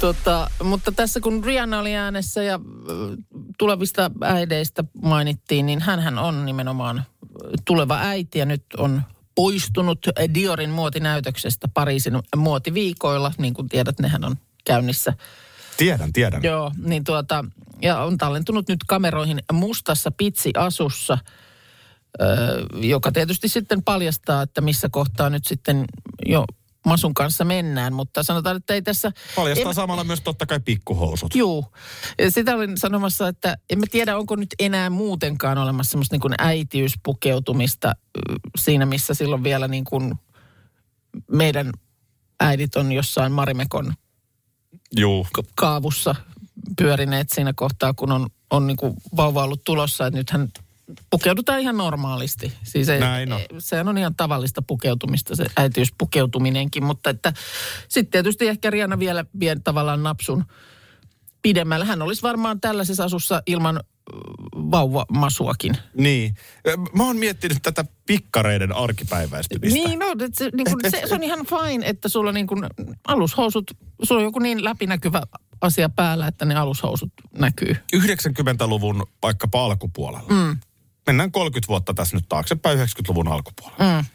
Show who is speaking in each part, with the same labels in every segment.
Speaker 1: Tota, mutta tässä kun Rihanna oli äänessä ja ö, tulevista äideistä mainittiin, niin hän on nimenomaan tuleva äiti ja nyt on poistunut Diorin muotinäytöksestä Pariisin muotiviikoilla. Niin kuin tiedät, nehän on käynnissä.
Speaker 2: Tiedän, tiedän.
Speaker 1: Joo, niin tuota, ja on tallentunut nyt kameroihin mustassa pitsiasussa, ö, joka tietysti sitten paljastaa, että missä kohtaa nyt sitten jo Masun kanssa mennään, mutta sanotaan, että ei tässä...
Speaker 2: Paljastaa
Speaker 1: en-
Speaker 2: samalla myös totta kai pikkuhousut.
Speaker 1: Juu. Ja Sitä olin sanomassa, että emme tiedä, onko nyt enää muutenkaan olemassa semmoista niin kuin äitiyspukeutumista ö, siinä, missä silloin vielä niin kuin meidän äidit on jossain Marimekon
Speaker 2: Juu.
Speaker 1: ka- kaavussa pyörineet siinä kohtaa, kun on, on niin kuin vauva ollut tulossa. Että nythän pukeudutaan ihan normaalisti. Siis ei,
Speaker 2: Näin on.
Speaker 1: ei- Sehän on ihan tavallista pukeutumista, se äitiyspukeutuminenkin. Mutta että sitten tietysti ehkä Riana vielä vie tavallaan napsun pidemmällä. Hän olisi varmaan tällaisessa asussa ilman äh, vauvamasuakin.
Speaker 2: Niin. Ö, Mä oon miettinyt tätä pikkareiden arkipäiväistymistä.
Speaker 1: Niin, no, et se, niin kun, se, se on ihan fine, että sulla niin kun, alushousut, sulla on joku niin läpinäkyvä asia päällä, että ne alushousut näkyy.
Speaker 2: 90-luvun vaikkapa alkupuolella. Mm. Mennään 30 vuotta tässä nyt taaksepäin 90-luvun alkupuolella. Mm.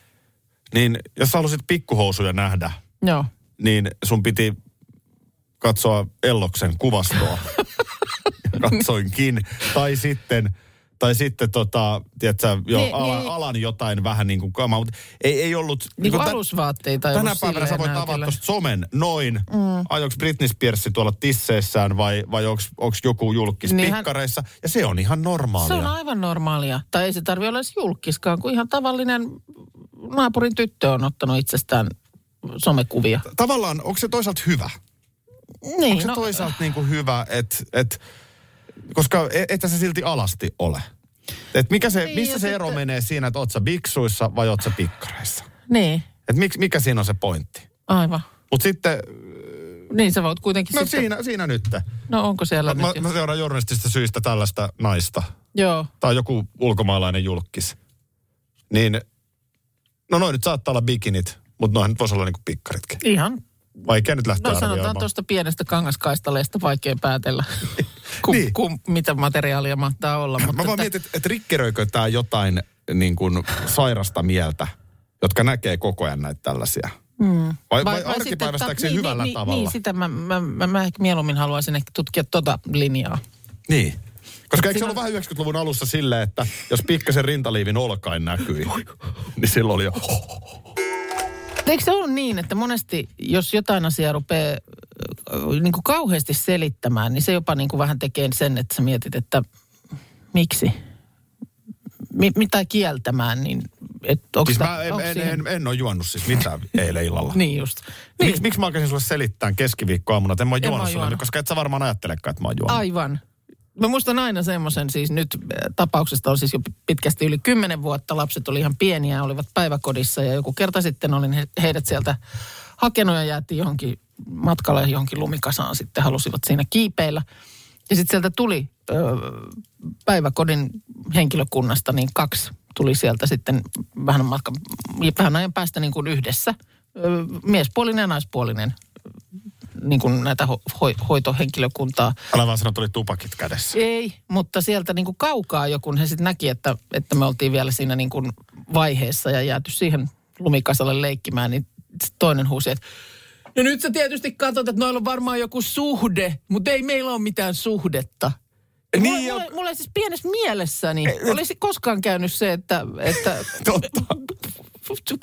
Speaker 2: Niin jos sä halusit pikkuhousuja nähdä,
Speaker 1: Joo.
Speaker 2: niin sun piti katsoa Elloksen kuvastoa. Katsoinkin. tai sitten, tai sitten tota, tiedätkö, jo,
Speaker 1: Niin,
Speaker 2: niin, alan,
Speaker 1: niin.
Speaker 2: alan, jotain vähän niin kuin kamaa, mutta ei, ei ollut...
Speaker 1: Niin kuin
Speaker 2: tän-
Speaker 1: alusvaatteita ei
Speaker 2: Tänä
Speaker 1: ollut
Speaker 2: päivänä sä
Speaker 1: silleen
Speaker 2: voit
Speaker 1: enää
Speaker 2: avata
Speaker 1: kyllä.
Speaker 2: tuosta somen noin. Mm. Ajoiko Britney Spears tuolla tisseissään vai, vai onko joku julkis
Speaker 1: Niin
Speaker 2: niin
Speaker 1: hän-
Speaker 2: pikkareissa? Ja se on ihan
Speaker 1: Se
Speaker 2: normaalia.
Speaker 1: on aivan normaalia. Tai ei se tarvi olla edes julkiskaan, kun ihan tavallinen naapurin tyttö on ottanut itsestään somekuvia.
Speaker 2: Tavallaan, onko se toisaalta hyvä?
Speaker 1: Niin,
Speaker 2: Onko se toisaalta niinku hyvä, että... Et, koska e- ethän se silti alasti ole. Et mikä se,
Speaker 1: Niin, ja
Speaker 2: missä se ero
Speaker 1: sitten-
Speaker 2: menee siinä, että oot sä biksuissa vai oot sä pikkareissa?
Speaker 1: Niin,
Speaker 2: Et mik, mikä siinä on se pointti?
Speaker 1: aivan.
Speaker 2: Mutta sitten,
Speaker 1: Niin sä voit kuitenkin
Speaker 2: no
Speaker 1: sitten...
Speaker 2: siinä, siinä nyt.
Speaker 1: No onko siellä
Speaker 2: Mä,
Speaker 1: nyt... jo-
Speaker 2: mä seuraan journalistista syistä tällaista naista.
Speaker 1: Joo.
Speaker 2: tai joku ulkomaalainen julkis, niin no noin nyt saattaa olla bikinit, mutta noin nyt voisi olla niinku pikkaritkin.
Speaker 1: Ihan.
Speaker 2: Vaikea nyt lähteä
Speaker 1: No sanotaan
Speaker 2: arvioimaan.
Speaker 1: tuosta pienestä kangaskaistaleesta vaikea päätellä, ku,
Speaker 2: Niin.
Speaker 1: ku, mitä materiaalia mahtaa olla. Mutta tota-
Speaker 2: Mä vaan
Speaker 1: että-
Speaker 2: mietin, että et rikkeröikö tämä jotain niin kuin sairasta mieltä, jotka näkee koko ajan näitä tällaisiä. Mm. Vai, vai, vai
Speaker 1: sitten,
Speaker 2: arkipäivästääkö
Speaker 1: että-
Speaker 2: se hyvällä
Speaker 1: niin,
Speaker 2: tavalla?
Speaker 1: Niin, sitä mä, mä, mä, mä ehkä mieluummin haluaisin ehkä tutkia tota linjaa.
Speaker 2: Niin. Koska eikö se
Speaker 1: Siinä-
Speaker 2: ollut vähän 90-luvun alussa silleen, että jos pikkasen rintaliivin olkain näkyi, niin silloin oli jo...
Speaker 1: Eikö se ole niin, että monesti jos jotain asiaa rupeaa niin kuin kauheasti selittämään, niin se jopa niin kuin vähän tekee sen, että sä mietit, että miksi? Mi- mitä kieltämään, niin että onko
Speaker 2: Siis mä en, en, en, en ole juonut siis mitään eilen illalla.
Speaker 1: Niin just.
Speaker 2: Niin.
Speaker 1: Niin,
Speaker 2: Miksi, miksi mä alkaisin sulle selittää keskiviikkoaamuna, että en mä oon
Speaker 1: En mä
Speaker 2: juonut
Speaker 1: oo
Speaker 2: sulle,
Speaker 1: juonut.
Speaker 2: nyt, koska et sä varmaan ajattelekaan, että mä oon juonut.
Speaker 1: aivan. Mä muistan aina semmoisen, siis nyt äh, tapauksesta on siis jo pitkästi yli kymmenen vuotta. Lapset oli ihan pieniä, olivat päiväkodissa ja joku kerta sitten olin he- heidät sieltä hakenut ja jäätiin johonkin matkalle johonkin lumikasaan sitten, halusivat siinä kiipeillä. Ja sitten sieltä tuli ö, päiväkodin henkilökunnasta, niin kaksi tuli sieltä sitten vähän, matka, vähän ajan päästä niin kuin yhdessä. Ö, miespuolinen ja naispuolinen niin kuin näitä ho- hoi- hoitohenkilökuntaa.
Speaker 2: Älä vaan sano, että oli tupakit kädessä.
Speaker 1: Ei, mutta sieltä niin kuin kaukaa jo, kun he sitten näki, että, että me oltiin vielä siinä niin kuin vaiheessa ja jääty siihen lumikasalle leikkimään, niin sit toinen huusi, että no nyt sä tietysti katsot, että noilla on varmaan joku suhde, mutta ei meillä ole mitään suhdetta. Niin mulla,
Speaker 2: Niin,
Speaker 1: mulla,
Speaker 2: ja-
Speaker 1: mulla siis pienessä mielessäni olisi koskaan käynyt se, että, että
Speaker 2: Totta.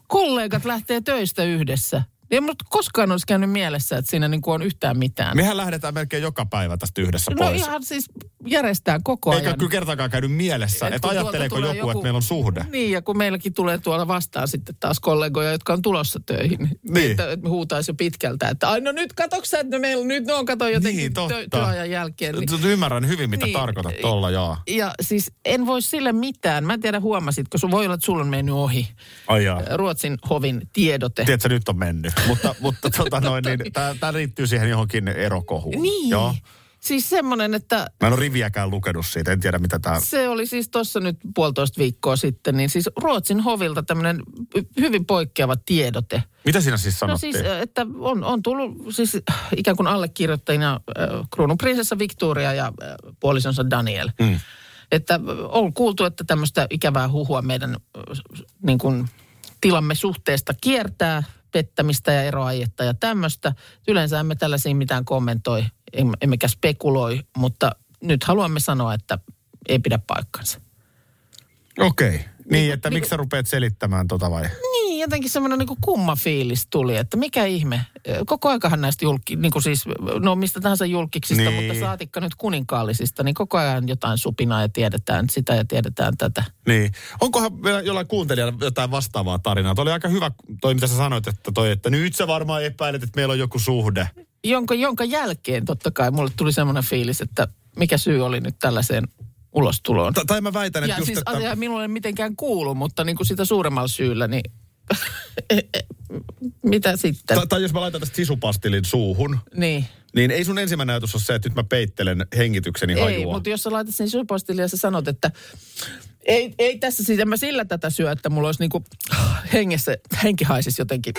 Speaker 1: kollegat lähtee töistä yhdessä. Ei musta koskaan olisi käynyt mielessä, että siinä niin kuin on yhtään mitään.
Speaker 2: Mehän lähdetään melkein joka päivä tästä yhdessä
Speaker 1: no
Speaker 2: pois.
Speaker 1: ihan siis järjestää koko ajan.
Speaker 2: Eikä kyllä kertaakaan käynyt mielessä,
Speaker 1: Et
Speaker 2: että
Speaker 1: kun tuolta
Speaker 2: ajatteleeko
Speaker 1: tulee
Speaker 2: joku, joku, että meillä on suhde.
Speaker 1: Niin, ja kun meilläkin tulee tuolla vastaan sitten taas kollegoja, jotka on tulossa töihin.
Speaker 2: Niin.
Speaker 1: Että, että me huutaisi jo pitkältä, että ai no nyt katoksa, että meillä nyt ne on kato jotenkin
Speaker 2: Niin, totta.
Speaker 1: tö- työajan jälkeen. Niin.
Speaker 2: Niin. Ymmärrän hyvin, mitä
Speaker 1: Niin.
Speaker 2: niin. tarkoitat tuolla, jaa.
Speaker 1: Ja siis en voi sille mitään. Mä en tiedä, huomasitko, sun voi olla, että sulla on mennyt ohi.
Speaker 2: Ai jaa.
Speaker 1: Ruotsin hovin tiedote.
Speaker 2: Tiedätkö, nyt on mennyt. Mutta, mutta tota noin, niin, tämä liittyy siihen johonkin erokohuun.
Speaker 1: niin.
Speaker 2: Joo.
Speaker 1: Siis semmoinen, että
Speaker 2: Mä en ole riviäkään lukenut siitä, en tiedä mitä tämä...
Speaker 1: Se oli siis tuossa nyt puolitoista viikkoa sitten, niin siis Ruotsin hovilta tämmöinen hyvin poikkeava tiedote.
Speaker 2: Mitä siinä siis
Speaker 1: No
Speaker 2: sanottiin?
Speaker 1: siis, että on, on tullut siis ikään kuin allekirjoittajina äh, kruunun prinsessa Victoria ja äh, puolisonsa Daniel. Mm. Että on kuultu, että tämmöistä ikävää huhua meidän äh, niin kuin, tilamme suhteesta kiertää pettämistä ja eroajetta ja tämmöistä. Yleensä emme tällaisiin mitään kommentoi, em- emmekä spekuloi, mutta nyt haluamme sanoa, että ei pidä paikkansa.
Speaker 2: Okei. Okay. Niin, että miksi sä rupeat selittämään tota vai?
Speaker 1: Niin, jotenkin semmoinen niin kumma fiilis tuli, että mikä ihme. Koko aikahan näistä julki, niin kuin siis, no mistä tahansa julkiksista, niin.
Speaker 2: Niin.
Speaker 1: mutta saatikka nyt kuninkaallisista, niin koko ajan jotain supinaa ja tiedetään sitä ja tiedetään tätä.
Speaker 2: Niin. Onkohan vielä jollain kuuntelijalla jotain vastaavaa tarinaa? Tuo oli aika hyvä toi, mitä sä sanoit, että toi, että nyt sä varmaan epäilet, että meillä on joku suhde.
Speaker 1: Jonka, jonka jälkeen totta kai mulle tuli semmoinen fiilis, että mikä syy oli nyt tällaiseen ulostuloon.
Speaker 2: Ta- tai mä väitän, että
Speaker 1: Ja
Speaker 2: just,
Speaker 1: siis
Speaker 2: että...
Speaker 1: asia minulle ei mitenkään kuulu, mutta niin kuin sitä suuremmalla syyllä, niin e, mitä sitten?
Speaker 2: Tai, tai jos mä laitan tästä sisupastilin suuhun,
Speaker 1: niin.
Speaker 2: niin ei sun ensimmäinen ajatus ole se, että nyt mä peittelen hengitykseni
Speaker 1: Ei,
Speaker 2: hajua.
Speaker 1: mutta jos sä laitat sen syöpostille ja sä sanot, että ei, ei tässä siis, en mä sillä tätä syö, että mulla olisi niinku hengessä, henki haisisi jotenkin.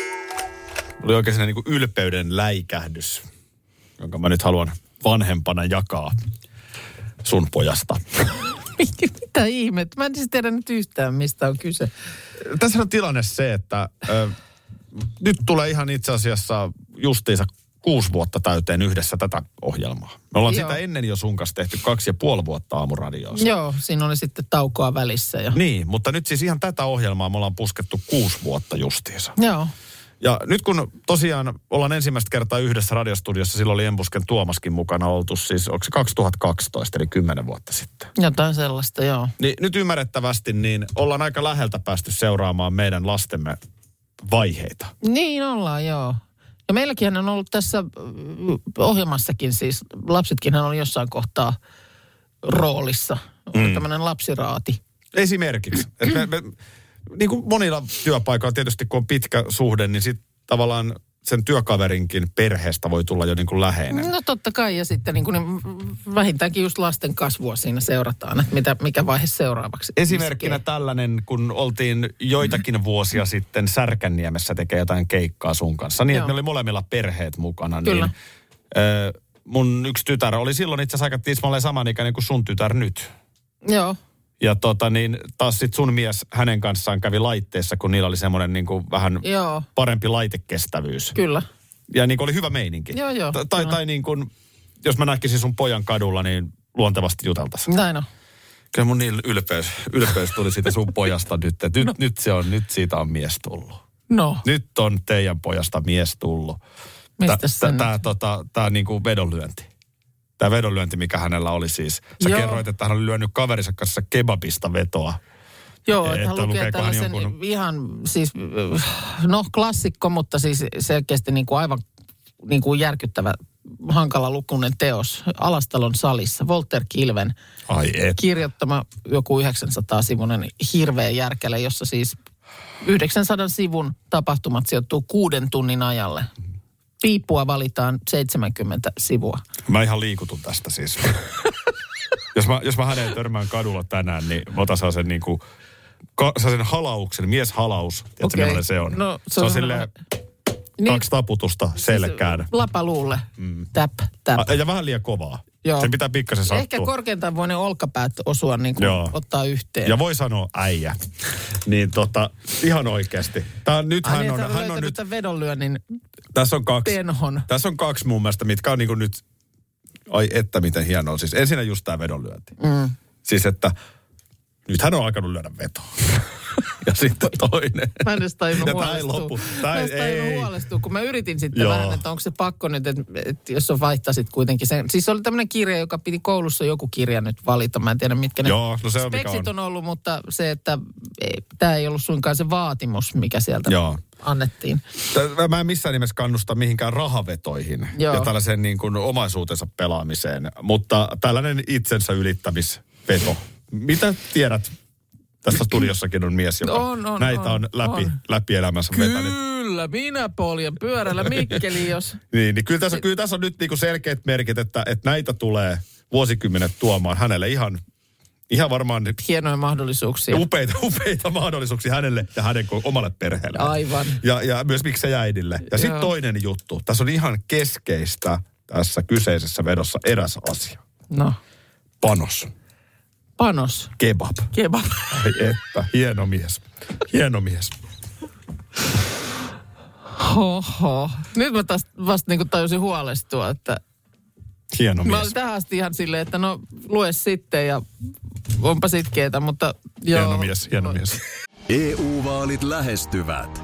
Speaker 2: Oli oikein sellainen niin ylpeyden läikähdys, jonka mä nyt haluan vanhempana jakaa sun pojasta.
Speaker 1: Mitä ihmettä? Mä en siis tiedä nyt yhtään, mistä on kyse.
Speaker 2: Tässä on tilanne se, että ö, nyt tulee ihan itse asiassa justiinsa kuusi vuotta täyteen yhdessä tätä ohjelmaa. Me ollaan
Speaker 1: Joo.
Speaker 2: sitä ennen jo sun kanssa tehty kaksi ja puoli vuotta aamuradioa.
Speaker 1: Joo, siinä oli sitten taukoa välissä. Ja...
Speaker 2: Niin, mutta nyt siis ihan tätä ohjelmaa me ollaan puskettu kuusi vuotta justiinsa.
Speaker 1: Joo,
Speaker 2: Ja nyt kun tosiaan ollaan ensimmäistä kertaa yhdessä radiostudiossa, silloin oli Embusken Tuomaskin mukana oltu siis, onko se 2012, eli 10 vuotta sitten.
Speaker 1: jotain sellaista, joo.
Speaker 2: Niin nyt ymmärrettävästi, niin ollaan aika läheltä päästy seuraamaan meidän lastemme vaiheita.
Speaker 1: Niin ollaan, joo. Ja meilläkin on ollut tässä äh, ohjelmassakin siis, lapsetkin on jossain kohtaa roolissa. On mm. tämmöinen lapsiraati.
Speaker 2: Esimerkiksi, että me, me, niin kuin monilla työpaikoilla tietysti kun on pitkä suhde, niin sitten tavallaan sen työkaverinkin perheestä voi tulla jo niin kuin läheinen.
Speaker 1: No totta kai, ja sitten niin kuin, niin vähintäänkin just lasten kasvua siinä seurataan, että mitä, mikä vaihe seuraavaksi.
Speaker 2: Esimerkkinä
Speaker 1: iskee.
Speaker 2: tällainen, kun oltiin joitakin vuosia sitten Särkänniemessä tekee jotain keikkaa sun kanssa, niin
Speaker 1: Joo.
Speaker 2: että me oli molemmilla perheet mukana.
Speaker 1: Kyllä.
Speaker 2: Niin, ö, mun yksi tytär oli silloin itse asiassa aika tismalleen samanikäinen kuin sun tytär nyt.
Speaker 1: Joo,
Speaker 2: Ja tota niin, taas sit sun mies hänen kanssaan kävi laitteessa, kun niillä oli semmoinen niin kuin vähän
Speaker 1: joo,
Speaker 2: parempi laitekestävyys.
Speaker 1: kyllä.
Speaker 2: Ja niin kuin oli hyvä meininki.
Speaker 1: Joo, joo.
Speaker 2: Ta- Tai,
Speaker 1: Joo.
Speaker 2: tai niin kuin, jos mä näkisin sun pojan kadulla, niin luontevasti juteltaisiin.
Speaker 1: Näin on.
Speaker 2: Kyllä mun niin ylpeys, ylpeys tuli siitä sun pojasta nyt. että Nyt, no. nyt, se on, nyt siitä on mies tullut.
Speaker 1: No,
Speaker 2: Nyt on teidän pojasta mies tullut.
Speaker 1: mistä sen?
Speaker 2: Tämä tota, tää niinku vedonlyönti. Tämä vedonlyönti, mikä hänellä oli siis. Sä
Speaker 1: Joo.
Speaker 2: Joo. kerroit, että hän oli lyönyt kaverinsa kanssa kebabista vetoa.
Speaker 1: Joo, että
Speaker 2: että
Speaker 1: hän lukee
Speaker 2: lukeekohan
Speaker 1: tällaisen jonkun...
Speaker 2: jonkun-
Speaker 1: ihan siis, no klassikko, mutta siis selkeästi niin kuin aivan niin kuin järkyttävä, hankala lukunen teos Alastalon salissa. Volter Kilven
Speaker 2: Ai et.
Speaker 1: kirjoittama joku 900-sivunen hirveä järkele, jossa siis 900 sivun tapahtumat sijoittuu kuuden tunnin ajalle. Piippua valitaan 70 sivua.
Speaker 2: Mä ihan liikutun tästä siis. jos, mä, jos mä häneen törmään kadulla tänään, niin mä otan sen niinku, ka, sen halauksen, mieshalaus. Tiedätkö,
Speaker 1: Okei.
Speaker 2: okay. millainen se on?
Speaker 1: No, se
Speaker 2: se
Speaker 1: on
Speaker 2: on silleen
Speaker 1: Niin,
Speaker 2: kaksi taputusta selkään.
Speaker 1: lapaluulle. Mm. Täp, täp.
Speaker 2: A- Ja vähän liian kovaa.
Speaker 1: Joo.
Speaker 2: Joo. Sen pitää pikkasen Ah, sattua.
Speaker 1: Ehkä korkeintaan voi ne olkapäät osua niin kuin
Speaker 2: Joo.
Speaker 1: ottaa yhteen.
Speaker 2: ja voi sanoa äijä. niin tota, ihan oikeasti. Tää, on- nyt
Speaker 1: Ai
Speaker 2: hän
Speaker 1: niin, että
Speaker 2: on, hän on
Speaker 1: löytänyt
Speaker 2: nyt,
Speaker 1: tämän vedonlyönnin
Speaker 2: tässä on kaksi,
Speaker 1: penhon.
Speaker 2: tässä on kaksi mun mielestä, mitkä on niinku nyt, ai että miten hienoa. Siis ensinnä
Speaker 1: Mm.
Speaker 2: just tämä vedonlyönti. Mm. Siis että nyt hän on alkanut lyödä vetoa. ja sitten toinen.
Speaker 1: Mä en edes tajunnut
Speaker 2: Ja tää ei
Speaker 1: huolestua.
Speaker 2: lopu.
Speaker 1: Mä
Speaker 2: Tää
Speaker 1: en edes
Speaker 2: ei.
Speaker 1: tajunnut huolestua, kun mä yritin sitten
Speaker 2: Joo.
Speaker 1: vähän, että onko se pakko nyt, että, että jos on vaihtasit kuitenkin sen. Siis se oli tämmöinen kirja, joka piti koulussa joku kirja nyt valita. Mä en tiedä, mitkä ne
Speaker 2: Joo, no se on mikä
Speaker 1: speksit
Speaker 2: on.
Speaker 1: on ollut, mutta se, että tämä ei ollut suinkaan se vaatimus, mikä sieltä
Speaker 2: Joo.
Speaker 1: annettiin.
Speaker 2: Tää- Mä en missään nimessä kannusta mihinkään rahavetoihin
Speaker 1: Joo.
Speaker 2: ja tällaiseen niin kuin omaisuutensa pelaamiseen, mutta tällainen itsensä ylittämisveto. Mitä tiedät? Tässä studiossakin on mies, joka
Speaker 1: On, on,
Speaker 2: näitä
Speaker 1: on,
Speaker 2: on, läpi,
Speaker 1: on.
Speaker 2: läpi elämänsä vetänyt.
Speaker 1: Kyllä, minä poljen pyörällä Mikkeliin, jos...
Speaker 2: Niin, niin kyllä, tässä, kyllä tässä on nyt niin kuin selkeät merkit, että, että näitä tulee vuosikymmenet tuomaan hänelle ihan, ihan varmaan
Speaker 1: Hienoja mahdollisuuksia.
Speaker 2: upeita, upeita mahdollisuuksia hänelle ja hänen ko- omalle perheelle.
Speaker 1: Aivan.
Speaker 2: Ja, ja myös miksei äidille. Ja sitten
Speaker 1: Joo.
Speaker 2: toinen juttu. Tässä on ihan keskeistä tässä kyseisessä vedossa eräs asia.
Speaker 1: No,
Speaker 2: Panos.
Speaker 1: panos.
Speaker 2: Kebab.
Speaker 1: Kebab.
Speaker 2: Ai että, hieno mies. Hieno mies.
Speaker 1: Hoho. Nyt mä taas vasta niin tajusin huolestua, että
Speaker 2: Hieno
Speaker 1: Mä
Speaker 2: mies.
Speaker 1: olin tähän asti ihan silleen, että no lue sitten ja onpa sitkeetä, mutta joo.
Speaker 2: Hieno mies, hieno mies.
Speaker 3: EU-vaalit E lähestyvät.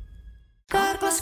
Speaker 4: Karklas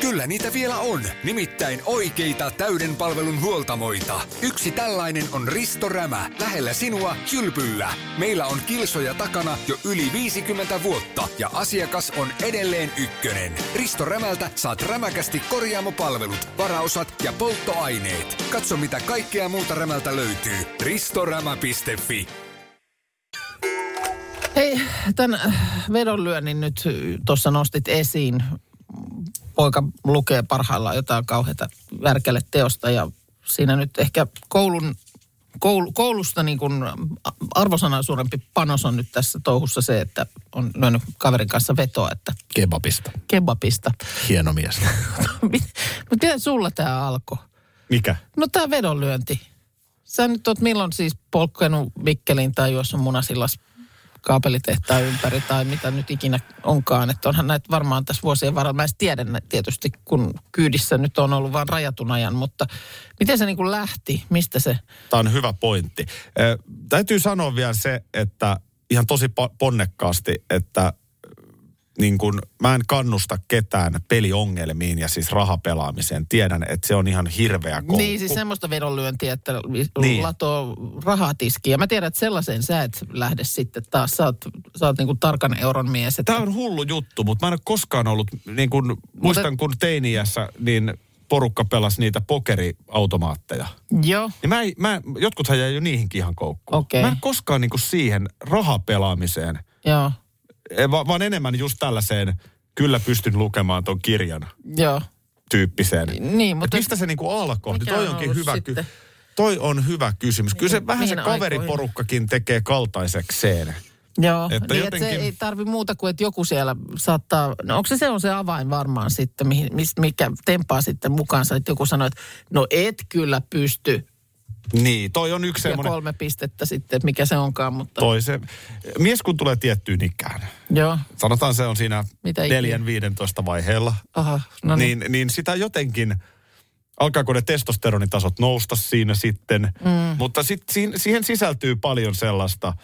Speaker 5: Kyllä niitä vielä on, nimittäin oikeita täyden palvelun huoltamoita. Yksi tällainen on Risto Rämä, lähellä sinua, kylpyllä. Meillä on kilsoja takana jo yli 50 vuotta ja asiakas on edelleen ykkönen. Risto Rämältä saat rämäkästi korjaamopalvelut, varaosat ja polttoaineet. Katso mitä kaikkea muuta Rämältä löytyy. ristorämä.fi
Speaker 1: Hei, tämän vedonlyönnin nyt tuossa nostit esiin. Poika lukee parhaillaan jotain kauheata värkelle teosta ja siinä nyt ehkä koulun, koulu, koulusta niin kuin arvosanan suurempi panos on nyt tässä touhussa se, että on lyönyt kaverin kanssa vetoa, että
Speaker 2: Kebabista.
Speaker 1: kebabista.
Speaker 2: Hieno mies.
Speaker 1: Mutta miten sulla tämä alkoi?
Speaker 2: Mikä?
Speaker 1: No tämä vedonlyönti. Sä nyt oot milloin siis polkkenut Mikkeliin tai juossut munasillas kaapelitehtaan ympäri tai mitä nyt ikinä onkaan. Että onhan näitä varmaan tässä vuosien varrella. Mä en edes tiedä nä- tietysti, kun kyydissä nyt on ollut vain rajatun ajan, mutta miten se niin kuin lähti? Mistä se?
Speaker 2: Tämä on hyvä pointti. Ö, täytyy sanoa vielä se, että ihan tosi po- ponnekkaasti, että niin kun, mä en kannusta ketään peliongelmiin ja siis rahapelaamiseen. Tiedän, että se on ihan hirveä koukku.
Speaker 1: Niin siis semmoista vedonlyöntiä, että niin.
Speaker 2: Niin.
Speaker 1: latoo rahatiskiä. Mä tiedän, että sellaiseen sä et lähde sitten taas. Sä oot, sä oot niin kuin tarkan euron mies. Että...
Speaker 2: Tämä on hullu juttu, mutta mä en ole koskaan ollut, niin kun, muistan kun teiniässä, niin porukka pelasi niitä pokeriautomaatteja.
Speaker 1: Joo.
Speaker 2: Niin mä, ei- mä, jotkuthan jäi jo niihinkin ihan koukkuun.
Speaker 1: Okei.
Speaker 2: Mä en koskaan niin kun siihen rahapelaamiseen
Speaker 1: Joo.
Speaker 2: Ei, va- vaan enemmän just tällaiseen, kyllä pystyn lukemaan ton kirjan
Speaker 1: Joo.
Speaker 2: tyyppiseen.
Speaker 1: Niin,
Speaker 2: Mut
Speaker 1: mutta...
Speaker 2: mistä se niinku alkoi? Niin
Speaker 1: Mikä
Speaker 2: toi
Speaker 1: on
Speaker 2: onkin
Speaker 1: ollut
Speaker 2: hyvä ky-
Speaker 1: sitten?
Speaker 2: Toi on hyvä kysymys. Kyllä se vähän se
Speaker 1: mihin aikoihin?
Speaker 2: kaveriporukkakin tekee kaltaisekseen.
Speaker 1: Joo, että
Speaker 2: Että
Speaker 1: niin jotenkin... että
Speaker 2: jotenkin-
Speaker 1: se ei tarvi muuta kuin, että joku siellä saattaa, no onko se se on se avain varmaan sitten, mihin, mis, mikä tempaa sitten mukaansa, että joku sanoo, että no et kyllä pysty,
Speaker 2: Niin, toi on yksi
Speaker 1: Semmonen. ja
Speaker 2: semmoinen.
Speaker 1: kolme pistettä sitten, että mikä se onkaan, mutta
Speaker 2: Toi se, mies kun tulee tiettyyn ikään,
Speaker 1: joo,
Speaker 2: sanotaan se on siinä
Speaker 1: Mitä ikinä?
Speaker 2: 4-15 vaiheella,
Speaker 1: aha, no niin,
Speaker 2: niin, niin sitä jotenkin, alkaako ne testosteronitasot nousta siinä sitten, mm. mutta sit, siihen, siihen sisältyy paljon sellaista,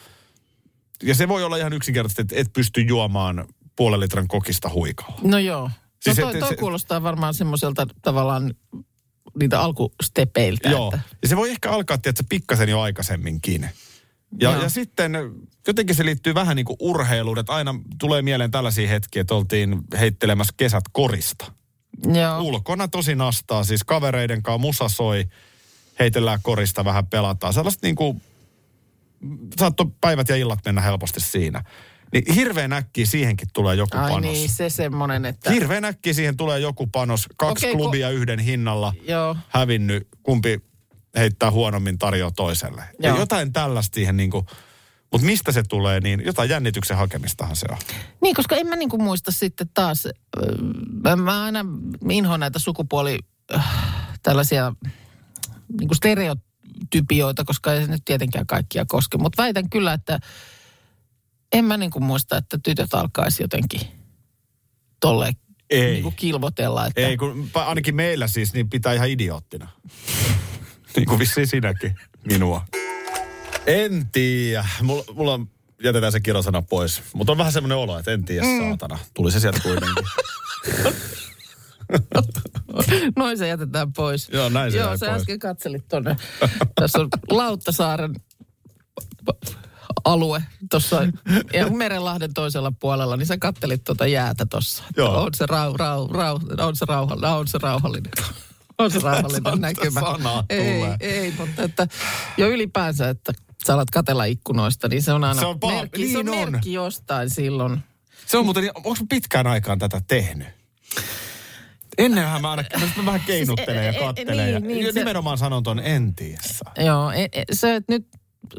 Speaker 2: ja se voi olla ihan yksinkertaisesti, että et pysty juomaan puolen litran kokista huikalla.
Speaker 1: no joo.
Speaker 2: Siis
Speaker 1: no toi,
Speaker 2: et-
Speaker 1: toi
Speaker 2: se-
Speaker 1: kuulostaa varmaan semmoiselta tavallaan niitä alkustepeiltä,
Speaker 2: Joo,
Speaker 1: että
Speaker 2: ja se voi ehkä alkaa, tiedätkö, pikkasen jo aikaisemminkin. Ja,
Speaker 1: Joo.
Speaker 2: ja sitten jotenkin se liittyy vähän niin kuin urheiluun, että aina tulee mieleen tällaisia hetkiä, että oltiin heittelemässä kesät korista.
Speaker 1: joo,
Speaker 2: ulkona tosi nastaa, siis kavereiden kanssa musa soi. heitellään korista, vähän pelataan. Sellaista niin kuin, saattoi päivät ja illat mennä helposti siinä. Niin hirveän äkkiä siihenkin tulee joku
Speaker 1: Ai
Speaker 2: panos.
Speaker 1: niin, se semmoinen, että...
Speaker 2: Hirveän äkkiä siihen tulee joku panos. Kaksi
Speaker 1: Okei,
Speaker 2: okay,
Speaker 1: kun-
Speaker 2: klubia yhden hinnalla
Speaker 1: Joo.
Speaker 2: hävinnyt. Kumpi heittää huonommin tarjoaa toiselle. Ja
Speaker 1: Joo.
Speaker 2: jotain tällaista siihen niin kuin, mutta mistä se tulee, niin jotain jännityksen hakemistahan se on.
Speaker 1: Niin, koska en mä niinku muista sitten taas, ö, mä- mä aina inhoan näitä sukupuoli, äh, tällaisia niinku stereotypioita, koska ei se nyt tietenkään kaikkia koske. Mutta väitän kyllä, että en mä niinku muista, että tytöt alkaisi jotenkin tolle
Speaker 2: Ei.
Speaker 1: niinku kilvotella. Että
Speaker 2: Ei, kun pa- ainakin meillä siis, niin pitää ihan idioottina. niin kuin vissiin sinäkin minua. En tiedä. Mulla, mulla on, jätetään se kirosana pois. Mutta on vähän semmoinen olo, että en tiedä, mm. saatana. Tuli se sieltä kuitenkin.
Speaker 1: Noin se jätetään pois.
Speaker 2: Joo, näin se
Speaker 1: Joo,
Speaker 2: jäi
Speaker 1: sä
Speaker 2: pois.
Speaker 1: äsken katselit tonne. Tässä on Lauttasaaren alue tuossa ja Merenlahden toisella puolella, niin sä kattelit tuota jäätä tuossa.
Speaker 2: Joo.
Speaker 1: On se, rau, rau, rau, on se rauhallinen, on se rauhallinen. On se rauhallinen näkymä.
Speaker 2: sanaa
Speaker 1: ei,
Speaker 2: tulee.
Speaker 1: ei, mutta että jo ylipäänsä, että sä alat katella ikkunoista, niin se on aina
Speaker 2: Se on paha.
Speaker 1: merkki, se on,
Speaker 2: Niin on.
Speaker 1: merkki jostain silloin.
Speaker 2: se on muuten, onko pitkään aikaan tätä tehnyt? Ennenhän mä aina mä vähän keinottelen ja
Speaker 1: Siis, e- e-
Speaker 2: kattelen. ja,
Speaker 1: niin, niin,
Speaker 2: ja
Speaker 1: se-
Speaker 2: nimenomaan sanon ton en tiessä.
Speaker 1: Joo, e- e- se, että nyt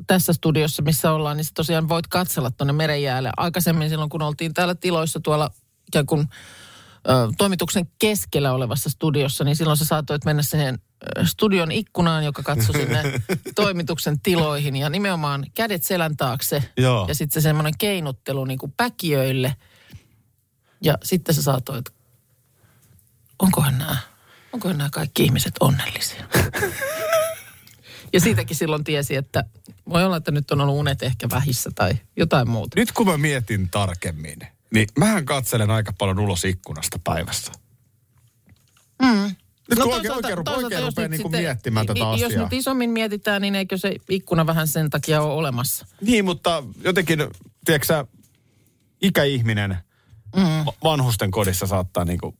Speaker 1: tässä studiossa, missä ollaan, niin sä tosiaan voit katsella tuonne merenjäälle. Aikaisemmin silloin, kun oltiin täällä tiloissa tuolla ikään kuin ö, toimituksen keskellä olevassa studiossa, niin silloin sä saatoit mennä sinne ö, studion ikkunaan, joka katsoi sinne toimituksen tiloihin ja nimenomaan kädet selän taakse.
Speaker 2: Joo.
Speaker 1: Ja sitten se semmoinen keinuttelu niin kuin päkiöille. Ja sitten sä saatoit, onkohan nämä, onkohan nämä kaikki ihmiset onnellisia? Ja siitäkin silloin tiesi, että voi olla, että nyt on ollut unet ehkä vähissä tai jotain muuta.
Speaker 2: Nyt kun mä mietin tarkemmin, niin mähän katselen aika paljon ulos ikkunasta päivässä.
Speaker 1: Mm.
Speaker 2: Nyt
Speaker 1: No
Speaker 2: kun oikein, oikein, rupe- oikein rupeaa niinku miettimään tätä
Speaker 1: niin, jos
Speaker 2: asiaa.
Speaker 1: Jos nyt isommin mietitään, niin eikö se ikkuna vähän sen takia ole olemassa?
Speaker 2: Niin, mutta jotenkin, tiedätkö sä, ikäihminen mm. vanhusten kodissa saattaa niinku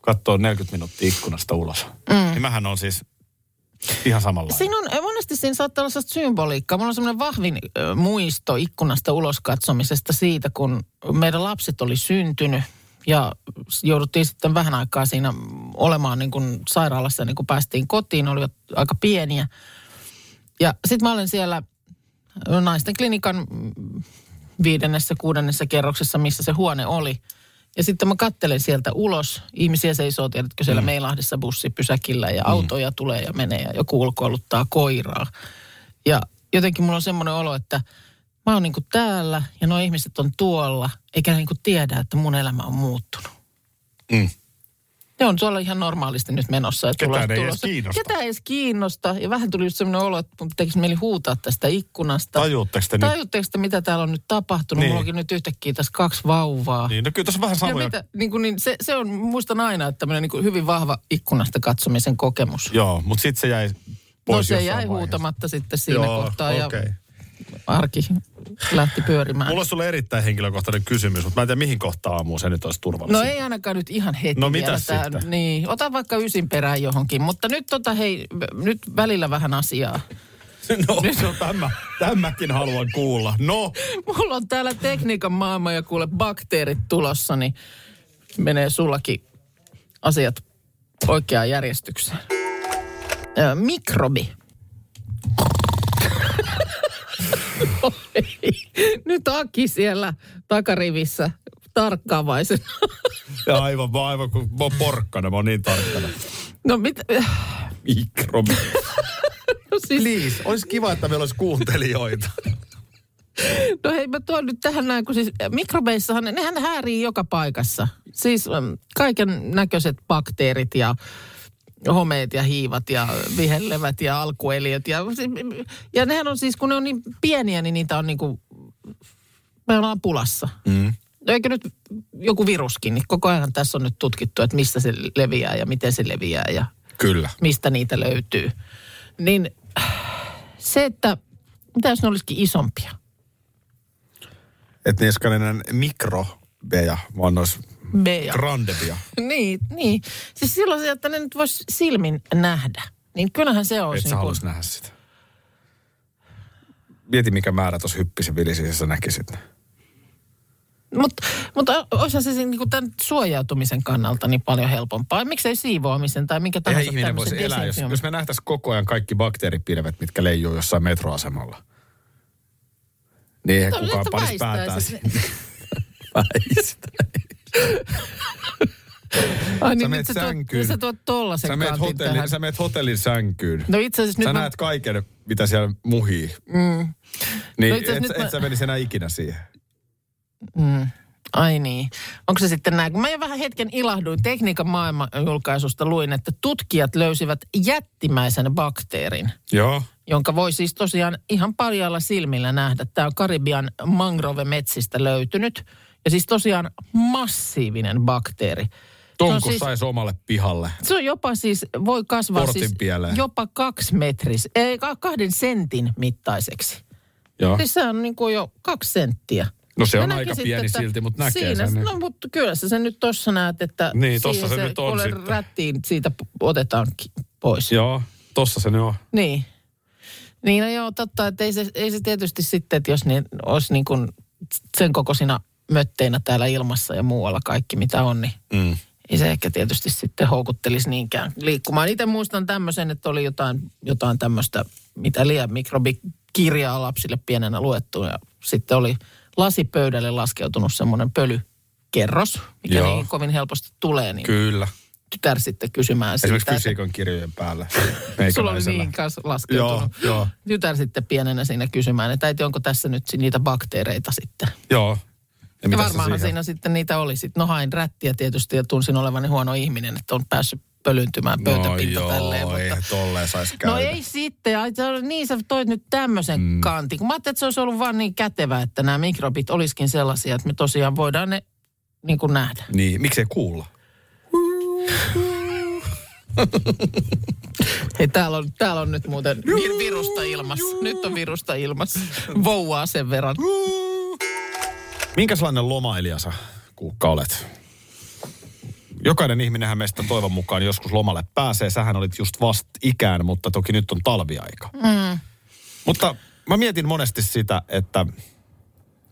Speaker 2: katsoa 40 minuuttia ikkunasta ulos. Mm. Niin mähän on siis ihan samalla.
Speaker 1: Siinä on, monesti siinä saattaa olla sellaista symboliikkaa. Mulla on semmoinen vahvin ö, muisto ikkunasta ulos katsomisesta siitä, kun meidän lapset oli syntynyt ja jouduttiin sitten vähän aikaa siinä olemaan niin kuin sairaalassa, niin kuin päästiin kotiin, olivat aika pieniä. Ja sitten mä olin siellä naisten klinikan mm, viidennessä, kuudennessa kerroksessa, missä se huone oli. Ja sitten mä kattelen sieltä ulos. Ihmisiä seisoo, tiedätkö, siellä mm. Meilahdessa bussipysäkillä
Speaker 2: Mm.
Speaker 1: ja autoja tulee ja menee ja joku ulkoiluttaa koiraa. Ja jotenkin mulla on semmoinen olo, että mä oon niinku täällä ja nuo ihmiset on tuolla, eikä niinku tiedä, että mun elämä on muuttunut.
Speaker 2: Mm.
Speaker 1: Ne on tuolla ihan normaalisti nyt menossa. Ja
Speaker 2: Ketään
Speaker 1: tulossa-
Speaker 2: ei edes
Speaker 1: tulossa.
Speaker 2: kiinnosta.
Speaker 1: Ketään ei edes kiinnosta. Ja vähän tuli just semmoinen olo, että mun tekisi mieli huutaa tästä ikkunasta.
Speaker 2: Tajuutteko te nyt?
Speaker 1: Tajutteko te, mitä täällä on nyt tapahtunut?
Speaker 2: Niin.
Speaker 1: Niin. Mullakin nyt yhtäkkiä tässä kaksi vauvaa.
Speaker 2: Niin, no kyllä tässä on vähän
Speaker 1: Ja
Speaker 2: samoja.
Speaker 1: mitä, niin kuin, niin se, se on, muistan aina, että tämmöinen niin kuin hyvin vahva ikkunasta katsomisen kokemus.
Speaker 2: Joo, mutta sitten se jäi
Speaker 1: no
Speaker 2: pois
Speaker 1: se
Speaker 2: jossain
Speaker 1: jäi
Speaker 2: vaiheessa.
Speaker 1: huutamatta sitten siinä
Speaker 2: Joo,
Speaker 1: kohtaa
Speaker 2: okei.
Speaker 1: ja arki lähti pyörimään.
Speaker 2: Mulla on sulle erittäin henkilökohtainen kysymys, mutta mä en tiedä mihin kohtaan aamuun se nyt olisi turvallista.
Speaker 1: No ei ainakaan nyt ihan heti
Speaker 2: No
Speaker 1: vielä
Speaker 2: mitäs
Speaker 1: tää-
Speaker 2: sitten?
Speaker 1: Niin, ota vaikka ysin perään johonkin, mutta nyt tota hei, nyt välillä vähän asiaa.
Speaker 2: No, no tämä, tämäkin haluan kuulla. No,
Speaker 1: Mulla on täällä tekniikan maailma ja kuule bakteerit tulossa, niin menee sullakin asiat oikeaan järjestykseen. Ö, mikrobi. No ei. Nyt Aki siellä takarivissä tarkkaavaisen.
Speaker 2: ja aivan, mä aivan kun mä oon porkkana, mä oon niin tarkkana.
Speaker 1: No mitä?
Speaker 2: Mikrobi.
Speaker 1: No siis,
Speaker 2: Please, olisi kiva, että meillä olisi kuuntelijoita.
Speaker 1: No hei, mä tuon nyt tähän näin, kun siis mikrobeissahan, nehän häärii joka paikassa. Siis kaiken näköiset bakteerit ja homeet ja hiivat ja vihellevät ja alkueliöt. Ja, siis, mm, ja nehän on siis, kun ne on niin pieniä, niin niitä on niinku, me ollaan pulassa. Mm. Eikö nyt joku viruskin, niin koko ajan tässä on nyt tutkittu, että mistä se leviää ja miten se leviää ja
Speaker 2: Kyllä.
Speaker 1: mistä niitä löytyy. Niin se, että mitä jos ne olisikin isompia?
Speaker 2: Että niskanen mikrobeja, vaan olisi
Speaker 1: B ja
Speaker 2: grandebia.
Speaker 1: Niin, niin. Siis silloin se, että ne nyt vois silmin nähdä. Niin kyllähän se
Speaker 2: Et
Speaker 1: olisi.
Speaker 2: sä
Speaker 1: niin
Speaker 2: halus nähdä sitä. Mieti, mikä määrä tuossa hyppisi vilisi, jos sä näkisit ne.
Speaker 1: Mutta mut, olisihan se niin kuin tämän suojautumisen kannalta niin paljon helpompaa. Miksei siivoamisen tai minkä
Speaker 2: Eihän
Speaker 1: tahansa
Speaker 2: ihminen voisi
Speaker 1: tämmöisen
Speaker 2: elää, jos,
Speaker 1: desinfioimisen.
Speaker 2: jos me nähtäisiin koko ajan kaikki bakteeripilvet, mitkä leijuu jossain metroasemalla. Niin eihän
Speaker 1: No,
Speaker 2: kukaan
Speaker 1: että
Speaker 2: panisi
Speaker 1: väistää
Speaker 2: päätään
Speaker 1: se.
Speaker 2: sinne. Väistää.
Speaker 1: Ai niin,
Speaker 2: meet
Speaker 1: nyt sä tuot,
Speaker 2: sänkyyn.
Speaker 1: nyt sä tuot tollasen
Speaker 2: Sä meet,
Speaker 1: kantin
Speaker 2: hotellin,
Speaker 1: tähän.
Speaker 2: sä meet hotellin sänkyyn.
Speaker 1: No itse asiassa
Speaker 2: sä
Speaker 1: nyt mä,
Speaker 2: näet kaiken, mitä siellä muhii. Mm. Niin
Speaker 1: No
Speaker 2: no
Speaker 1: itse asiassa
Speaker 2: et,
Speaker 1: nyt
Speaker 2: et
Speaker 1: mä-
Speaker 2: sä menisi enää ikinä siihen.
Speaker 1: ai niin. Onko se sitten näin? Kun mä jo vähän hetken ilahduin tekniikan maailman julkaisusta, luin, että tutkijat löysivät jättimäisen bakteerin,
Speaker 2: Joo.
Speaker 1: jonka voi siis tosiaan ihan parjalla silmillä nähdä. Tämä on Karibian metsistä löytynyt. Ja siis tosiaan massiivinen bakteeri. Se on
Speaker 2: Tonku
Speaker 1: siis-
Speaker 2: siis... saisi omalle pihalle.
Speaker 1: Se on jopa siis, voi kasvaa
Speaker 2: Portin
Speaker 1: siis
Speaker 2: pieleen.
Speaker 1: jopa kaksi metris, ei ka- kahden sentin mittaiseksi.
Speaker 2: Joo.
Speaker 1: Siis se on niin kuin jo kaksi senttiä.
Speaker 2: No se
Speaker 1: Mä
Speaker 2: on
Speaker 1: näkisin,
Speaker 2: aika pieni
Speaker 1: että
Speaker 2: silti, mutta näkee
Speaker 1: siinä,
Speaker 2: sen.
Speaker 1: No mutta kyllä sä sen nyt tossa näet, että
Speaker 2: Niin, tossa
Speaker 1: siihen
Speaker 2: se nyt on
Speaker 1: kuule
Speaker 2: sitten.
Speaker 1: rättiin siitä p- otetaan ki- pois.
Speaker 2: Joo, tossa se nyt on.
Speaker 1: Niin. Niin no joo, totta, että ei se, ei se tietysti sitten, että jos ne olisi niin kuin sen kokoisina mötteinä täällä ilmassa ja muualla kaikki mitä on, niin
Speaker 2: Mm.
Speaker 1: ei se ehkä tietysti sitten houkuttelisi niinkään liikkumaan. Itse muistan tämmöisen, että oli jotain, jotain tämmöistä, mitä liian mikrobikirjaa lapsille pienenä luettu. Ja sitten oli lasipöydälle laskeutunut semmoinen pölykerros, mikä
Speaker 2: Joo.
Speaker 1: niin kovin helposti tulee. Niin
Speaker 2: Kyllä.
Speaker 1: tytär sitten kysymään sitä.
Speaker 2: Esimerkiksi
Speaker 1: että-
Speaker 2: fysiikan kirjojen päällä.
Speaker 1: Sulla oli
Speaker 2: Meikäläisellä.
Speaker 1: niin kanssa laskeutunut.
Speaker 2: Joo, joo.
Speaker 1: Tytär sitten pienenä siinä kysymään, että äiti, onko tässä nyt si- niitä bakteereita sitten.
Speaker 2: Joo.
Speaker 1: Ja, ja
Speaker 2: mitäs sä
Speaker 1: varmaan siinä sitten niitä oli. Sitten, no hain rättiä tietysti ja tunsin olevani huono ihminen, että on päässyt pölyntymään pöytäpinta
Speaker 2: no,
Speaker 1: tälleen.
Speaker 2: joo,
Speaker 1: Mutta...
Speaker 2: ei tolleen saisi käydä.
Speaker 1: No ei sitten. Ai, se oli- Niin sä toit nyt tämmöisen mm. kantin. Kun mä ajattelin, että se olisi ollut vaan niin kätevä, että nämä mikrobit olisikin sellaisia, että me tosiaan voidaan ne niin kuin nähdä.
Speaker 2: Niin, miksei kuulla?
Speaker 1: Hei, täällä on, täällä on nyt muuten vir- virusta ilmassa. Nyt on virusta ilmassa. Vouvaa sen verran.
Speaker 2: Minkälainen lomailija sä, Kuukka, olet? Jokainen ihminenhän meistä toivon mukaan joskus lomalle pääsee. Sähän olit just vast ikään, mutta toki nyt on talviaika. Mm. Mutta mä mietin monesti sitä, että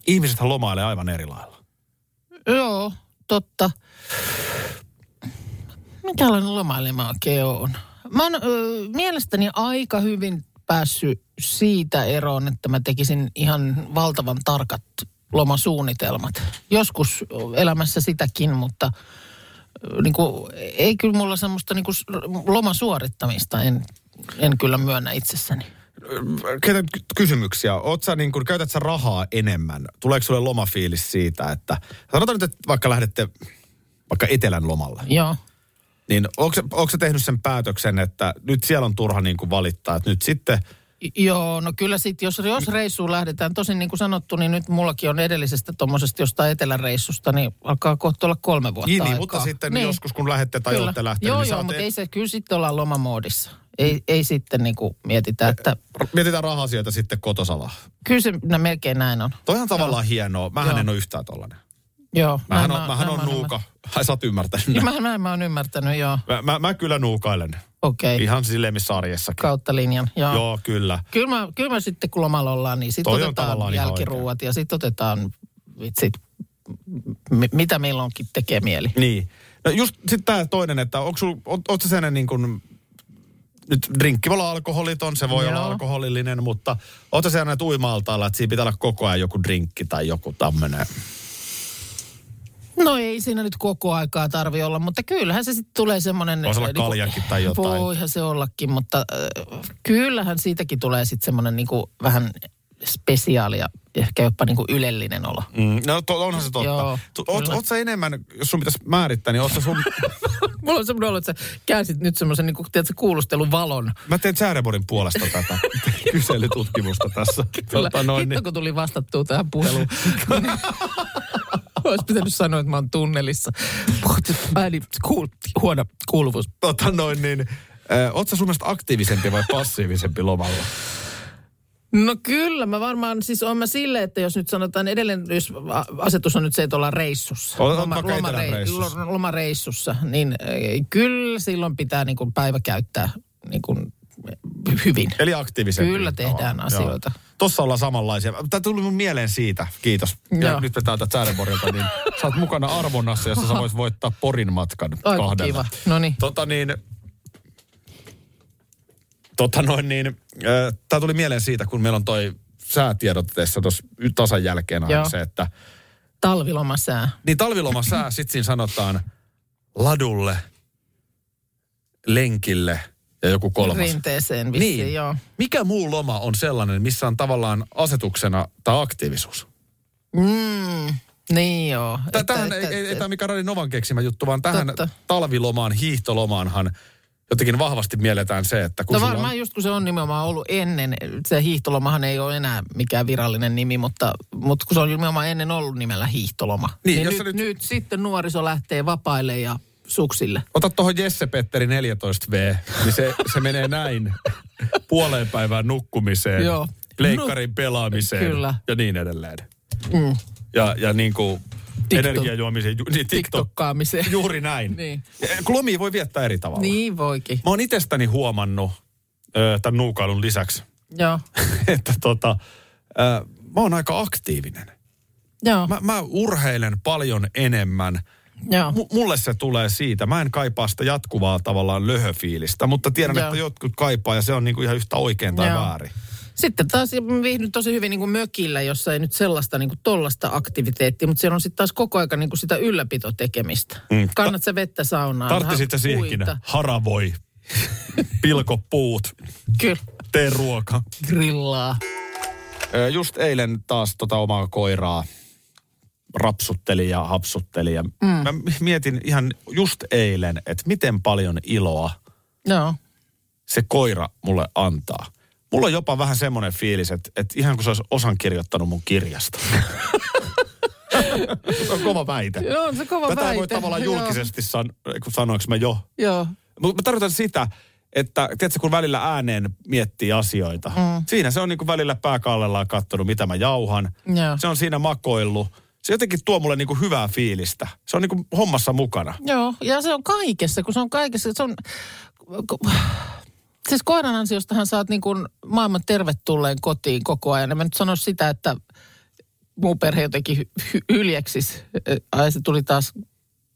Speaker 2: ihmisethän lomailee aivan eri lailla.
Speaker 1: Joo, totta. Mikälainen lomailija mä oikein oon? Mä oon ö, mielestäni aika hyvin päässyt siitä eroon, että mä tekisin ihan valtavan tarkat lomasuunnitelmat. Joskus elämässä sitäkin, mutta ö, niin kuin, ei kyllä mulla semmoista niin kuin, lomasuorittamista en, en kyllä myönnä itsessäni.
Speaker 2: Ketä kysymyksiä? Oot sä niin kun, käytät sä rahaa enemmän? Tuleeko sulle lomafiilis siitä, että sanotaan nyt, että vaikka lähdette vaikka etelän lomalle.
Speaker 1: Joo.
Speaker 2: Niin onko, se- onko se tehnyt sen päätöksen, että nyt siellä on turha niin kuin valittaa, että nyt sitten,
Speaker 1: I- Joo, no kyllä sitten, jos, jos reissuun lähdetään, tosin niin kuin sanottu, niin nyt mullakin on edellisestä tuommoisesta jostain eteläreissusta, niin alkaa kohta olla kolme vuotta
Speaker 2: niin,
Speaker 1: aikaa.
Speaker 2: niin, mutta sitten niin. joskus kun lähdette tai
Speaker 1: Kyllä.
Speaker 2: olette lähteneet,
Speaker 1: Joo,
Speaker 2: niin
Speaker 1: joo,
Speaker 2: saatte-
Speaker 1: mutta ei se, kyllä sitten ollaan lomamoodissa. Ei, ei sitten niin kuin mietitä, että
Speaker 2: mietitään rahaa sieltä sitten kotosalla.
Speaker 1: kyllä se no, melkein näin on.
Speaker 2: Toihan tavallaan hienoa. Mähän
Speaker 1: Joo.
Speaker 2: joo. en ole yhtään tollanen.
Speaker 1: Joo,
Speaker 2: Mähän
Speaker 1: näin
Speaker 2: on, mähän
Speaker 1: näin
Speaker 2: on
Speaker 1: mä oon
Speaker 2: nuuka. Ai sä oot ymmärtänyt.
Speaker 1: ymmärtänyt.
Speaker 2: Mä,
Speaker 1: Mä, mä, mä oon ymmärtänyt, joo.
Speaker 2: mä, mä kyllä nuukailen.
Speaker 1: Okei, okay.
Speaker 2: Ihan silleen missä sarjassakin.
Speaker 1: kautta linjan, joo.
Speaker 2: Joo, kyllä.
Speaker 1: Kyllä mä, kyllä mä sitten, kun lomalla ollaan, niin sitten
Speaker 2: Toi on
Speaker 1: otetaan
Speaker 2: tavallaan ihan
Speaker 1: jälkiruuat ja sitten otetaan vitsit, mi- mitä milloinkin tekee mieli.
Speaker 2: Niin. No just sitten tämä toinen, että onko sul, on, oot sä sellainen niin kuin, nyt drinkki voi olla alkoholiton, se voi
Speaker 1: Joo.
Speaker 2: Joo. olla alkoholillinen, mutta oot sä sellainen, että uimaltaalla, että siinä pitää olla koko ajan joku drinkki tai joku tämmöinen.
Speaker 1: No ei siinä nyt koko aikaa tarvi olla, mutta kyllähän se sitten tulee semmoinen...
Speaker 2: Voisi olla
Speaker 1: niinku-
Speaker 2: kaljakin tai jotain.
Speaker 1: Voihan se ollakin, mutta äh, kyllähän siitäkin tulee sitten semmoinen niinku vähän spesiaali ja ehkä jopa niinku ylellinen olo.
Speaker 2: Mm, no to, onhan se totta.
Speaker 1: Joo,
Speaker 2: Joo, oot,
Speaker 1: kyllä.
Speaker 2: oot sä enemmän, jos sun pitäisi määrittää, niin oot sä sun...
Speaker 1: Mulla on semmoinen olo, että sä käänsit nyt semmoisen niinku, tiedätkö, kuulusteluvalon.
Speaker 2: Mä teen Sääreborin puolesta tätä kyselytutkimusta tässä.
Speaker 1: Kyllä,
Speaker 2: Tota noin, niin.
Speaker 1: hitto kun tuli vastattua tähän puheluun. Olisi pitänyt sanoa, että mä oon tunnelissa. Ääni, niin, kuul, huono kuuluvuus.
Speaker 2: Tota noin, niin. Ö, Oot sä sun mielestä aktiivisempi vai passiivisempi lomalla?
Speaker 1: No kyllä, mä varmaan siis oon mä sille, että jos nyt sanotaan edelleen, jos a- asetus on nyt se, että ollaan reissussa.
Speaker 2: Ol- vaikka etelän reissussa.
Speaker 1: lo- lomareissussa, niin eh, kyllä silloin pitää niin kuin päivä käyttää niin kuin hyvin.
Speaker 2: Eli aktiivisempi.
Speaker 1: Kyllä tehdään asioita.
Speaker 2: Tuossa ollaan samanlaisia. Tämä tuli mun mieleen siitä, kiitos. Ja
Speaker 1: Joo.
Speaker 2: nyt vetää tätä Säärenporilta, niin sä oot mukana Arvonnassa, jossa sä voisit voittaa Porin matkan
Speaker 1: Ai, kun kiva.
Speaker 2: kahdella.
Speaker 1: No niin.
Speaker 2: Tota niin, tota noin niin, tämä tuli mieleen siitä, kun meillä on toi säätiedotteessa tuossa tasan jälkeen aina
Speaker 1: Joo.
Speaker 2: se, että
Speaker 1: Talvilomasää.
Speaker 2: niin talviloma sää, sit siinä sanotaan ladulle, lenkille ja joku kolmas.
Speaker 1: Rinteeseen vissiin,
Speaker 2: Niin.
Speaker 1: niin. joo.
Speaker 2: Mikä muu loma on sellainen, missä on tavallaan asetuksena tämä aktiivisuus?
Speaker 1: Mm, niin joo.
Speaker 2: Tä- Tähän ei, ei, ei tämä mikään Radi Novan keksimä juttu, vaan tähän
Speaker 1: Totta.
Speaker 2: talvilomaan, hiihtolomaanhan jotenkin vahvasti mielletään se, että kun
Speaker 1: No
Speaker 2: sulla on...
Speaker 1: varmaan just kun se on nimenomaan ollut ennen, se hiihtolomahan ei ole enää mikään virallinen nimi, mutta, mutta kun se on nimenomaan ennen ollut nimellä hiihtoloma.
Speaker 2: Niin,
Speaker 1: niin
Speaker 2: jos
Speaker 1: nyt,
Speaker 2: sä nyt-
Speaker 1: nyt... nyt sitten nuoriso lähtee vapaille ja suksille.
Speaker 2: Ota tuohon Jesse-Petteri 14V, niin se, se menee näin. Puoleen päivään nukkumiseen,
Speaker 1: Joo.
Speaker 2: leikkarin pelaamiseen
Speaker 1: Kyllä. Mm.
Speaker 2: ja niin edelleen. Ja, ja niin kuin
Speaker 1: TikTok-
Speaker 2: energiajuomiseen, ju- niin TikTok.
Speaker 1: Tiktokkaamiseen.
Speaker 2: Juuri näin.
Speaker 1: Niin.
Speaker 2: Kun lomia voi viettää eri tavalla.
Speaker 1: Niin voikin.
Speaker 2: Mä oon itsestäni huomannut ö, tämän nuukailun lisäksi,
Speaker 1: Joo.
Speaker 2: että tota, ö, mä oon aika aktiivinen.
Speaker 1: Joo.
Speaker 2: Mä, mä urheilen paljon enemmän.
Speaker 1: Joo.
Speaker 2: M- mulle se tulee siitä. Mä en kaipaa sitä jatkuvaa tavallaan löhöfiilistä, mutta tiedän,
Speaker 1: Joo.
Speaker 2: että jotkut kaipaa ja se on niinku ihan yhtä oikein tai
Speaker 1: Joo.
Speaker 2: väärin.
Speaker 1: Sitten taas viihdyn tosi hyvin niin kuin mökillä, jossa ei nyt sellaista niin kuin tollasta aktiviteettia, mutta siellä on sitten taas koko aika niin kuin sitä ylläpitotekemistä.
Speaker 2: Mm.
Speaker 1: Mm. Kannat sä vettä saunaan?
Speaker 2: Tartti
Speaker 1: vähän
Speaker 2: sitten siihenkin.
Speaker 1: puita.
Speaker 2: Haravoi, pilko puut,
Speaker 1: Kyllä.
Speaker 2: tee ruoka.
Speaker 1: Grillaa.
Speaker 2: Ö, Just eilen taas tota omaa koiraa rapsutteli ja hapsutteli. Ja mm. Mä mietin ihan just eilen, että miten paljon iloa
Speaker 1: Joo.
Speaker 2: se koira mulle antaa. Mulla on jopa vähän semmoinen fiilis, että, että ihan kuin se olisi osan kirjoittanut mun kirjasta. se on kova väite.
Speaker 1: Joo, on se kova
Speaker 2: Tätä ei voi
Speaker 1: väite.
Speaker 2: tavallaan
Speaker 1: Joo.
Speaker 2: julkisesti san, kun sanoinko mä jo.
Speaker 1: Joo.
Speaker 2: Mutta mä tarkoitan sitä, että tiedätkö, kun välillä ääneen miettii asioita. Mm. Siinä se on niin kuin välillä pääkallellaan kattonut, mitä mä jauhan.
Speaker 1: Joo.
Speaker 2: Se on siinä makoillut. Se jotenkin tuo mulle niin kuin hyvää fiilistä. Se on niin kuin hommassa mukana.
Speaker 1: Joo, ja se on kaikessa, kun se on kaikessa, se on... ku- Siis koiran ansiostahan saat niin kuin maailman tervetulleen kotiin koko ajan. En mä nyt sano sitä, että muu perhe jotenkin hy- hy- hyljeksis. Ai se tuli taas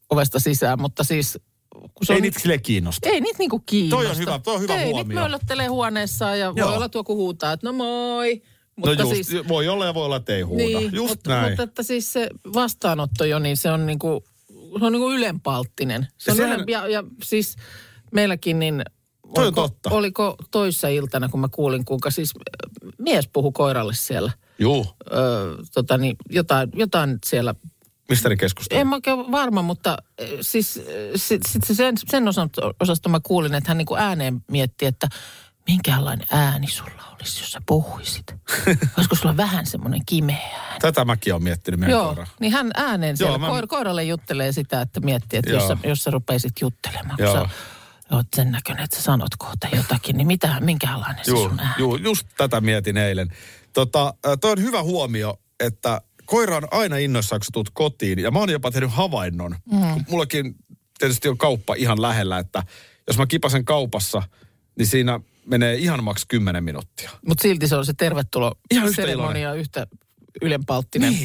Speaker 1: ovesta sisään, mutta siis... Kun se
Speaker 2: Ei
Speaker 1: on
Speaker 2: niitä sille kiinnosta.
Speaker 1: Ei niitä niinku kiinnosta.
Speaker 2: Toi on hyvä- toi on hyvä
Speaker 1: Ei, Ei
Speaker 2: huomio.
Speaker 1: niitä möllöttelee huonessaan ja
Speaker 2: Joo.
Speaker 1: voi olla tuo kun huutaa, että no moi.
Speaker 2: No
Speaker 1: Mutta
Speaker 2: just,
Speaker 1: siis,
Speaker 2: siis, voi olla ja voi olla, että ei huuda.
Speaker 1: niin,
Speaker 2: just
Speaker 1: mutta,
Speaker 2: näin.
Speaker 1: Mutta että siis se vastaanotto jo, niin se on niinku, se on niinku ylenpalttinen. Se
Speaker 2: Ja
Speaker 1: on
Speaker 2: sehän-
Speaker 1: sehän... ylen, ja, ja siis meilläkin niin...
Speaker 2: Toi on totta.
Speaker 1: Oliko toissa iltana, kun mä kuulin, kuinka siis äh, mies puhu koiralle siellä.
Speaker 2: Juu,
Speaker 1: Öö, tota niin, jotain, jotain siellä
Speaker 2: mistä ne keskustelee?
Speaker 1: en mä oikein ole varma, mutta eh, siis eh, sit, sit se sen, sen osan, osasta mä kuulin, että hän niinku ääneen mietti, että minkälainen ääni sulla olisi, jos sä puhuisit. Olisiko sulla vähän semmoinen kimeä ääni?
Speaker 2: Tätä mäkin olen miettinyt meidän
Speaker 1: Joo,
Speaker 2: koiraa.
Speaker 1: niin hän ääneen siellä
Speaker 2: mä-
Speaker 1: mä... koiralle juttelee sitä, että miettii, että
Speaker 2: Joo.
Speaker 1: jos sä, jos sä rupeisit juttelemaan, kun
Speaker 2: Joo.
Speaker 1: sä oot sen näköinen, että sä sanot kohta jotakin, niin mitä, minkälainen se
Speaker 2: Juu,
Speaker 1: sun ääni?
Speaker 2: juu, just tätä mietin eilen. Tota, äh, toi on hyvä huomio, että koira on aina innoissaan, kun sä tuut kotiin. Ja mä oon jopa tehnyt havainnon. Mm. Mullakin tietysti on kauppa ihan lähellä, että jos mä kipasen kaupassa, niin siinä menee ihan maks 10 minuuttia.
Speaker 1: Mutta silti se on se tervetulo
Speaker 2: Ihan yhtä Niin.
Speaker 1: seremonia yhtä ylenpalttinen.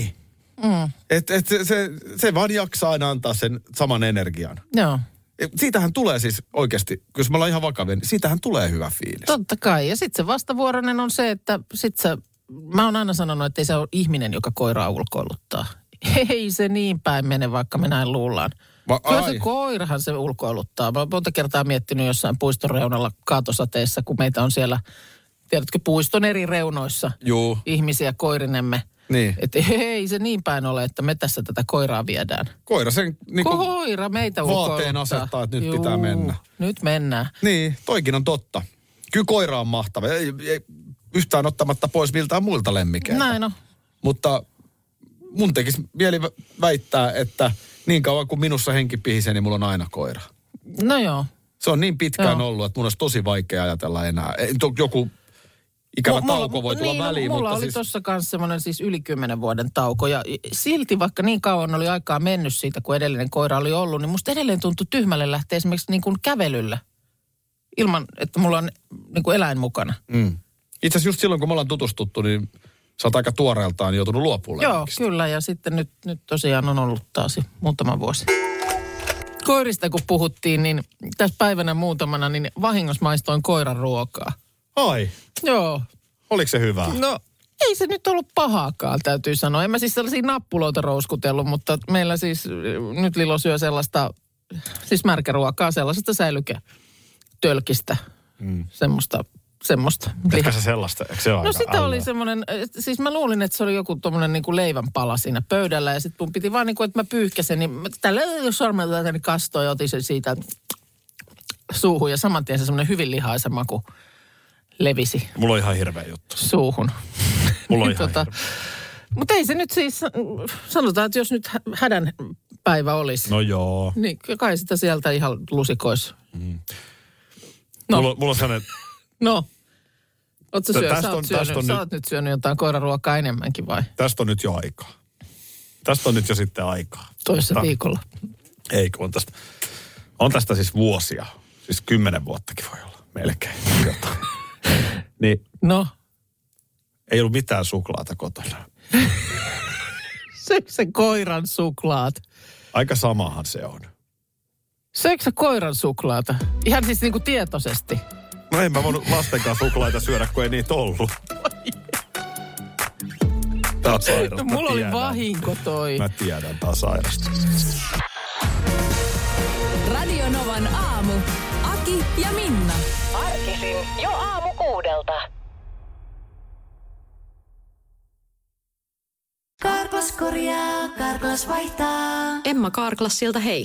Speaker 2: Mm. Et, et se, se, se vaan jaksaa aina antaa sen saman energian.
Speaker 1: Joo.
Speaker 2: E, Siitähän tulee siis oikeasti, jos me ollaan ihan vakavia, niin siitähän tulee hyvä fiilis.
Speaker 1: Totta kai. Ja sitten se vastavuoroinen on se, että sit sä, mä oon aina sanonut, että ei se ole ihminen, joka koiraa ulkoiluttaa. Ei se niin päin mene, vaikka me näin luullaan.
Speaker 2: Va-
Speaker 1: Kyllä
Speaker 2: ai.
Speaker 1: se koirahan se ulkoiluttaa. Mä oon monta kertaa miettinyt jossain puiston reunalla kaatosateessa, kun meitä on siellä, tiedätkö, puiston eri reunoissa
Speaker 2: Juu.
Speaker 1: ihmisiä koirinemme.
Speaker 2: Niin.
Speaker 1: Että ei se niin päin ole, että me tässä tätä koiraa viedään.
Speaker 2: Koira sen niin kuin,
Speaker 1: Koira meitä
Speaker 2: vaateen
Speaker 1: ulkoiluttaa.
Speaker 2: asettaa, että nyt pitää mennä.
Speaker 1: Nyt mennään.
Speaker 2: Niin, toikin on totta. Kyllä koira on mahtava. Ei, ei, yhtään ottamatta pois miltään muilta lemmikeiltä.
Speaker 1: Näin on.
Speaker 2: Mutta mun tekisi mieli vä- väittää, että niin kauan kuin minussa henki pihisee, niin mulla on aina koira.
Speaker 1: No joo.
Speaker 2: Se on niin pitkään Joo.
Speaker 1: Joo.
Speaker 2: ollut, että mun olisi tosi vaikea ajatella enää. Ei, to- Joku ikävä
Speaker 1: Mu-
Speaker 2: mulla, tauko voi tulla
Speaker 1: niin,
Speaker 2: niin,
Speaker 1: no,
Speaker 2: väliin,
Speaker 1: mulla
Speaker 2: mutta
Speaker 1: oli
Speaker 2: siis...
Speaker 1: tuossa kanssa semmoinen siis yli 10 vuoden tauko ja silti vaikka niin kauan oli aikaa mennyt siitä, kun edellinen koira oli ollut, niin musta edelleen tuntui tyhmälle lähteä esimerkiksi niin kuin kävelyllä. ilman, että mulla on niin kuin eläin mukana.
Speaker 6: Mm. Itse asiassa just silloin, kun me ollaan tutustuttu, niin sä oot aika tuoreeltaan joutunut luopumaan.
Speaker 1: Joo, kyllä. Ja sitten nyt, nyt tosiaan on ollut taas muutama vuosi. Koirista kun puhuttiin, niin tässä päivänä muutamana, niin vahingossa maistoin koiran ruokaa.
Speaker 2: Ai,
Speaker 1: Joo.
Speaker 2: oliko se hyvä?
Speaker 1: No, ei se nyt ollut pahaakaan, täytyy sanoa. En mä siis sellaisia nappuloita rouskutellut, mutta meillä siis äh, nyt Lilo syö sellaista, siis märkäruokaa, sellaisesta säilyketölkistä. Mm. Semmoista, semmoista. lihaa.
Speaker 2: Ehkä se sellaista, eikö se ole
Speaker 1: No
Speaker 2: aika
Speaker 1: sitä oli
Speaker 2: älyä?
Speaker 1: semmoinen, eh, siis mä luulin, että se oli joku tommonen niinku leivänpala siinä pöydällä ja sitten mun piti vaan niinku, että mä pyyhkäsen, niin mä tällä sormella tänne kastoon ja otin sen siitä suuhun ja saman tien se semmoinen hyvin lihaisa maku levisi
Speaker 2: Mulla on ihan hirveä juttu.
Speaker 1: suuhun.
Speaker 2: Mulla on
Speaker 1: Niin
Speaker 2: ihan
Speaker 1: Mutta ei se nyt siis, sanotaan, että jos nyt hä- hädän päivä olisi, no.
Speaker 2: No joo.
Speaker 1: niin kai sitä sieltä ihan lusikois.
Speaker 2: No.
Speaker 1: No.
Speaker 2: Mulla, mulla on sellainen,
Speaker 1: No, Ootko
Speaker 2: Tä-
Speaker 1: syö,
Speaker 2: tästä
Speaker 1: sä,
Speaker 2: on-
Speaker 1: oot
Speaker 2: tästä
Speaker 1: syönyt,
Speaker 2: on
Speaker 1: sä
Speaker 2: nyt-
Speaker 1: oot nyt syönyt jotain koiraruokaa enemmänkin vai?
Speaker 2: tästä on nyt jo aikaa. Tästä on nyt jo sitten aikaa.
Speaker 1: Toissa
Speaker 2: Mutta-
Speaker 1: viikolla.
Speaker 2: Ei, kun on tästä, on tästä siis vuosia. Siis kymmenen vuottakin voi olla melkein. Jotain. niin
Speaker 1: No,
Speaker 2: ei ollut mitään suklaata kotona.
Speaker 1: syökö se koiran suklaat?
Speaker 2: Aika samahan se on.
Speaker 1: Syökö se koiran suklaata? Ihan siis niinku tietoisesti.
Speaker 2: No en mä voinut lastenkaan suklaita syödä, kun ei niitä ollut. Tää on sairasta.
Speaker 1: No,
Speaker 2: Mä
Speaker 1: mulla oli
Speaker 2: tiedän.
Speaker 1: vahinko toi.
Speaker 2: Mä tiedän, tää on sairasta.
Speaker 7: Radio Novan aamu. Aki ja Minna.
Speaker 8: Arkisin jo aamu kuudelta.
Speaker 4: Karklas korjaa, Karklas vaihtaa.
Speaker 9: Emma Kaarklas siltä hei.